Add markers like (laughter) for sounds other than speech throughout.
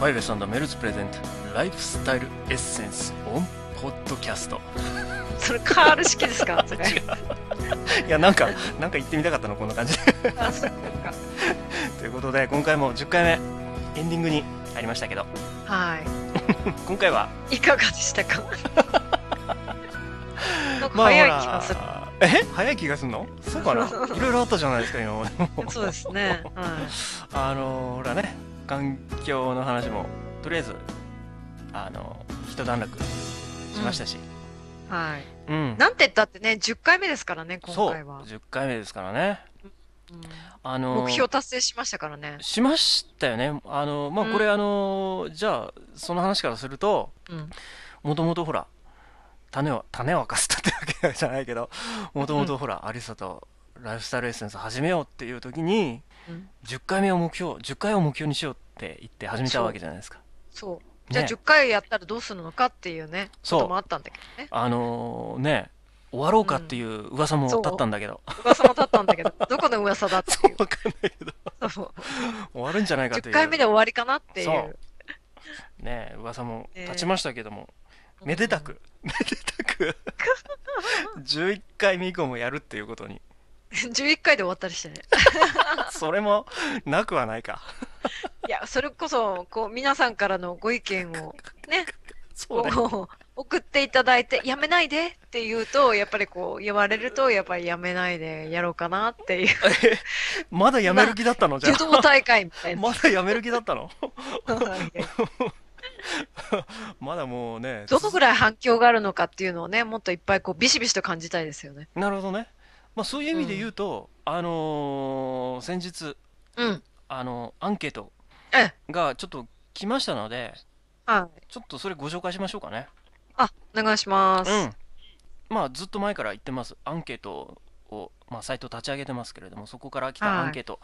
マイレスメルツプレゼントライフスタイルエッセンスオンポッドキャストそれカール式で (laughs) すかそれ違ういやなんか (laughs) なんか言ってみたかったのこんな感じであそうかということで今回も10回目エンディングに入りましたけどは今回はいいかがでし (laughs) たかなんかまあ早い気がする、ほらえ早い気がするのそうか (laughs) ないろいろあったじゃないですか今ま (laughs) でもそうですね、はあのほらね環境の話もとりあえずあの一段落しましたし、い、はい、うんなんて言ったってね10回目ですからね今そう回は、 10回目ですからねうんあの目標達成しましたからね、しましたよね。あの、まあ、うんこれ、あの、じゃあ、その話からすると、うん、もともとほら、種を、種を明かすってわけじゃないけど、もともとほら、有沙とライフスタイルエッセンス始めようっていう時に、うん10回目を目標、10回を目標にしようって言って始めたわけじゃないですか。そうじゃあね10回やったらどうするのかっていうねそうこともあったんだけどねあのね、終わろうかっていう噂も立ったんだけど、 (laughs) 噂も立ったんだけどどこの噂だっていわかんないけど、う (laughs) そう終わるんじゃないかという。10回目で終わりかなっていうそうね、噂も立ちましたけども、めでたく、めでたく、11回目以降もやるっていうことに、 11回で終わったりしてね。それもなくはないか。いや、それこそ、こう、皆さんからのご意見をね、 (laughs) そうね。こう、 (laughs) 送っていただいて、やめないでって言うと、やっぱりこう、言われると、やっぱりやめないでやろうかなっていう、まだやめる気だったのじゃ受あ。動大会みたい (laughs) な。まだやめる気だったの (laughs) どまだもうね。のぐらい反響があるのかっていうのをね、もっといっぱいこう、ビシビシと感じたいですよね。なるほどね。まあそういう意味で言うと、あのー先日、うん。あのアンケートええがちょっと来ましたので、はい。ちょっとそれご紹介しましょうかね。あ、お願いします。うん。まあずっと前から言ってます。アンケートを、まあサイト立ち上げてますけれども、そこから来たアンケート。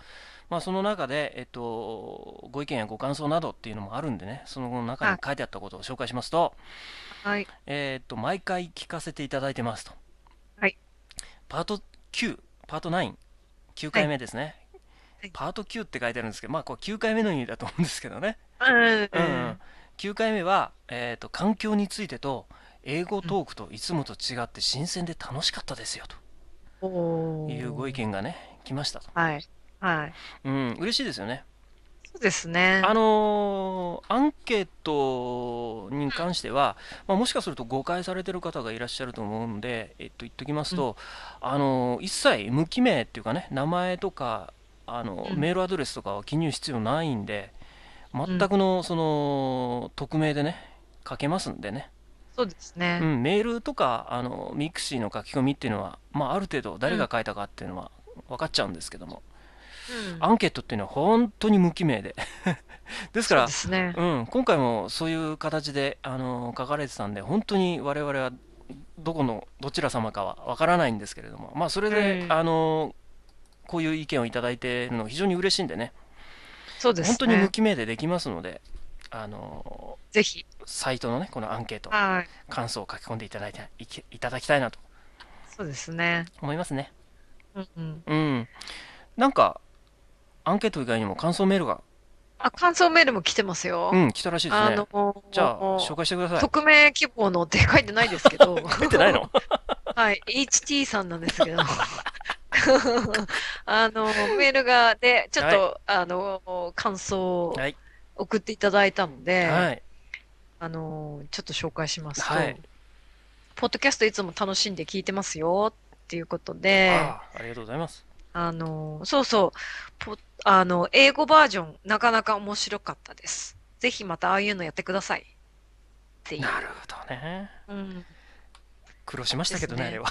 まあその中で、えっと、ご意見やご感想などっていうのもあるんでね、その中に書いてあったことを紹介しますと、はい。えーっと、毎回聞かせていただいてますと。はい。パート9、パート9、9回目ですね。はいパート9って書いてあるんですけど、まあ、これ9回目の意味だと思うんですけどね。うん。うんうん、9回目は、えーっと、環境についてと、英語トークといつもと違って新鮮で楽しかったですよおとーいうご意見がね、来ましたと。はい。はい。うん、嬉しいですよね。そうですね。あのーアンケートに関しては、まあ、もしかすると誤解されてる方がいらっしゃると思うので、えっと、言っときますと、あのー一切無記名っていうかね名前とかあのー、うんメールアドレスとかは記入必要ないんで全くのその匿名でね書けますんでね、そうですね。うん、メールとかあのミクシーの書き込みっていうのは、まあ、ある程度誰が書いたかっていうのは分かっちゃうんですけども、うんアンケートっていうのは本当に無記名で (laughs) ですからそうですね。うん、今回もそういう形で、あの書かれてたんで、本当に我々はどこのどちら様かはわからないんですけれども、まあ、それで、うんあのこういう意見をいただいているの非常に嬉しいんでね、そうですね。本当に無記名でできますので、あのぜひ。サイトのね、このアンケート、はい。感想を書き込んでいただいていきいただきたいなとそうですね。思いますね。うんうん。うん、なんか、アンケート以外にも感想メールが、あ、感想メールも来てますよ。うん、来たらしいですあねの。ーじゃあ、紹介してください。匿名希望のって書いてないですけ (laughs) ど。書いてないの (laughs) はい。HT さんなんですけど。 (laughs) あの、メールが、で、ちょっと、あの、感想を (laughs) はい、送っていただいたので、はい。あの、ちょっと紹介しますと、はいポッドキャストいつも楽しんで聞いてますよ、っていうことで、ああありがとうございます。あの、そうそう、ポ、あの、英語バージョン、なかなか面白かったです。ぜひまたああいうのやってください。っていう。なるほどね。うん。苦労しましたけどね、であれすねは。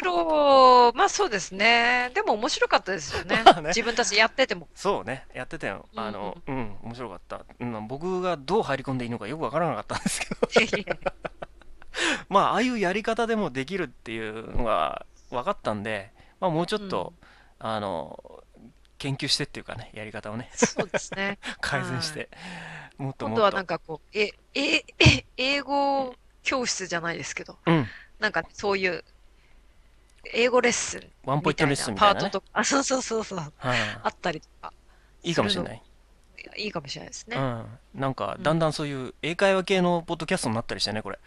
苦労、まあそうですね。でも面白かったですよね (laughs) まあね。自分たちやってて (laughs) も。そうね、やってたよ。うんうんあの、うん、面白かった。うん、僕がどう入り込んでいいのかよくわからなかったんですけど、 (laughs) まあ、ああいうやり方でもできるっていうのが分かったんで、まあ、もうちょっと、あの、研究してっていうかね、やり方をね、そうで (laughs) すね。改善して、もっと今も度はっなとん。かこう、え、え、え、英語教室じゃないですけど、うん、なんかそういう、英語レッスンワンポイみントたいレなッスンみパたいーなね。トとか、あ、そうそうそうそう、はいあったりとか。いいかもしれない。いいかもしれないですうね。ん、なんかだんだんそういう英会話系のポッドキャストになったりしてねこれ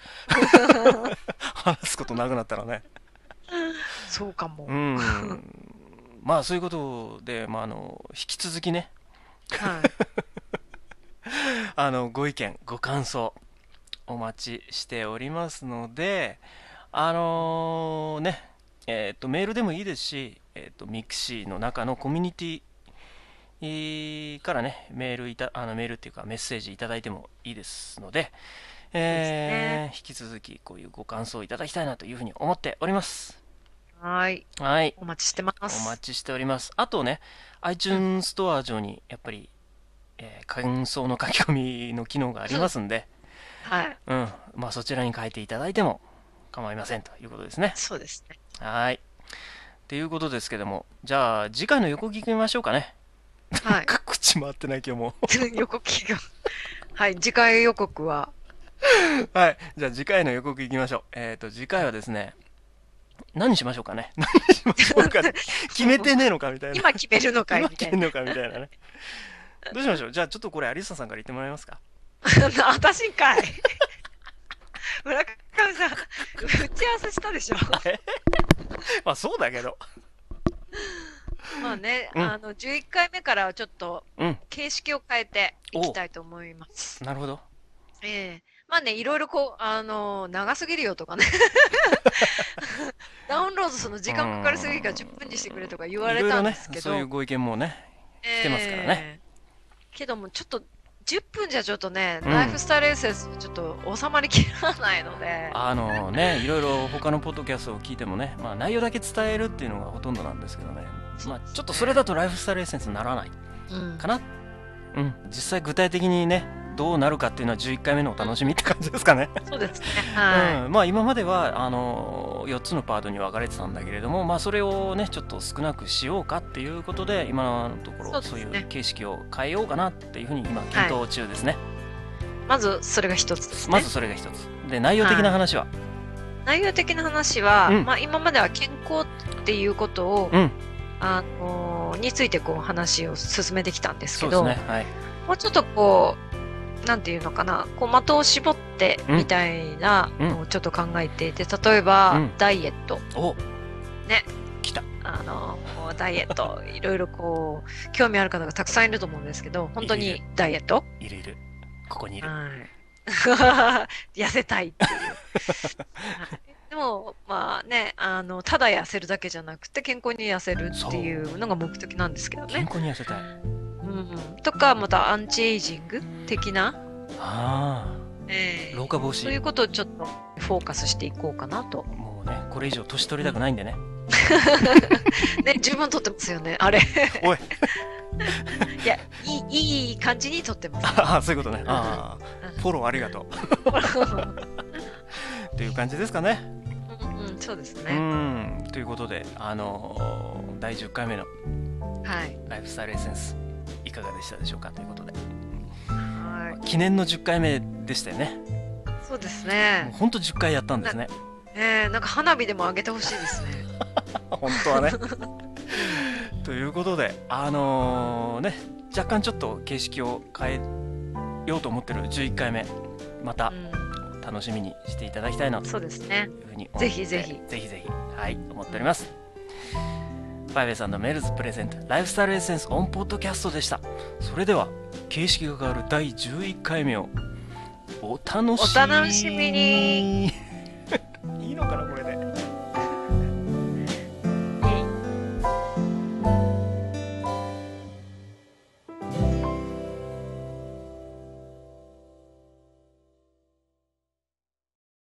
話すことなくなったらねそうかも。うん (laughs) まあそういうことで、まあ、あの引き続きねはい。あのご意見ご感想お待ちしておりますのであのねえっ、とメールでもいいですし、えっとミクシーの中のコミュニティえーからねメールいたあのメールっていうかメッセージいただいてもいいですので、えー引き続きこういうご感想をいただきたいなというふうに思っておりますはい。はいお待ちしてまおす。待ちしております。あとね、iTunes ストア上にやっぱり、えー感想の書き込みの機能がありますんで、はい。うん、まあそちらに書いていただいても構いませんということですね。そうです (laughs) ね。はい。っていうことですけども、じゃあ次回の横聞きましょうかね。はい。口回ってない今日も。 (laughs) 予告期が。はい。次回予告は、 (laughs) はい。じゃあ次回の予告いきましょう。えっ、と、次回はですね、何しましょうかね。 (laughs) 何しましょうかね。決めてねえのかみたいな。 (laughs) 今決めるのか (laughs) い今み決ためいてんな。のかみたいなね。どうしましょう。じゃあちょっとこれ、有沙さんから言ってもらえますか。 (laughs) 私かい。村上さん、打ち合わせしたでし (laughs) ょ。まあそうだけど。まあね、うんあの、11回目からはちょっとうん、形式を変えていきたいと思います。なるほど。ええまあね、いろいろこう、あの、長すぎるよとかね。 (laughs) (laughs) ダウンロードその時間かかりすぎるから10分にしてくれとか言われたんですけいろいろね、そういうど、ご意見もね。来てますからねええけども、ちょっと、10分じゃちょっとね、うんライフスタイルエッセンスちょっと収まりきらないので、あのね、いろいろ他のポッドキャストを聞いてもね、まあ内容だけ伝えるっていうのがほとんどなんですけどね。まあちょっとそれだとライフスタイルエッセンスにならないうんかな。うん。実際具体的にね、どうなるかっていうのは11回目のお楽しみって感じですかね。そうですね。はい。うん、まあ今まではあの4つのパートに分かれてたんだけれども、まあ、それをねちょっと少なくしようかっていうことで今のとこそろうですそうねいう形式を変えようかなっていうふうに今検討中ですね、まず、それが一つですね。まずそれが一つで内容的な話は、内容的な話は、うんまあ、今までは健康っていうことを、うんあのーについてこう話を進めてきたんですそけうですどねはいもうちょっとこうなんていうのかなこう的を絞ってうんみたいなのをちょっと考えていて、例えば、うんダイエットおね来たあのーこうダイエットいろいろこう興味ある方がたくさんいると思うんですけど本当いるいにダイエットいるいるここにいるはい痩せたいっていう。はいでも、まあね、あの、ただ痩せるだけじゃなくて、健康に痩せるっていうのが目的なんですけど健ね。康に痩せたいうん、とか、またアンチエイジング的な、あえあー老化防そうい止うことをちょっとフォーカスしていこうかなと。もうねこれ以上年取りたくないんでね、 (laughs) ね、十分とってますよね、あれ。おい (laughs) いや、いい、いい感じにとってます。ああそういうことねあ (laughs) あフォローありがとうっていう感じですかねうんうん、そうですうね。んということであのー第10回目のはい。ライフスタイルエッセンスいかがでしたでしょうかということでは記念の10回目でしたよねい。そうですもうね。ほんと10回やったんですねえー、なんか花火でも上げてほしいですね。本当はね (laughs) ということであのーね若干ちょっと形式を変えようと思ってる11回目またう楽しみにしていただきたいなとん、そうですね。いうふうに思ってぜひぜひぜひぜひはい思っておりますファイベさんのメルズプレゼントライフスタイルエッセンスオンポッドキャストでしたそれでは形式が変わる第11回目をお楽しみお楽しみに (laughs) いいのかなこれ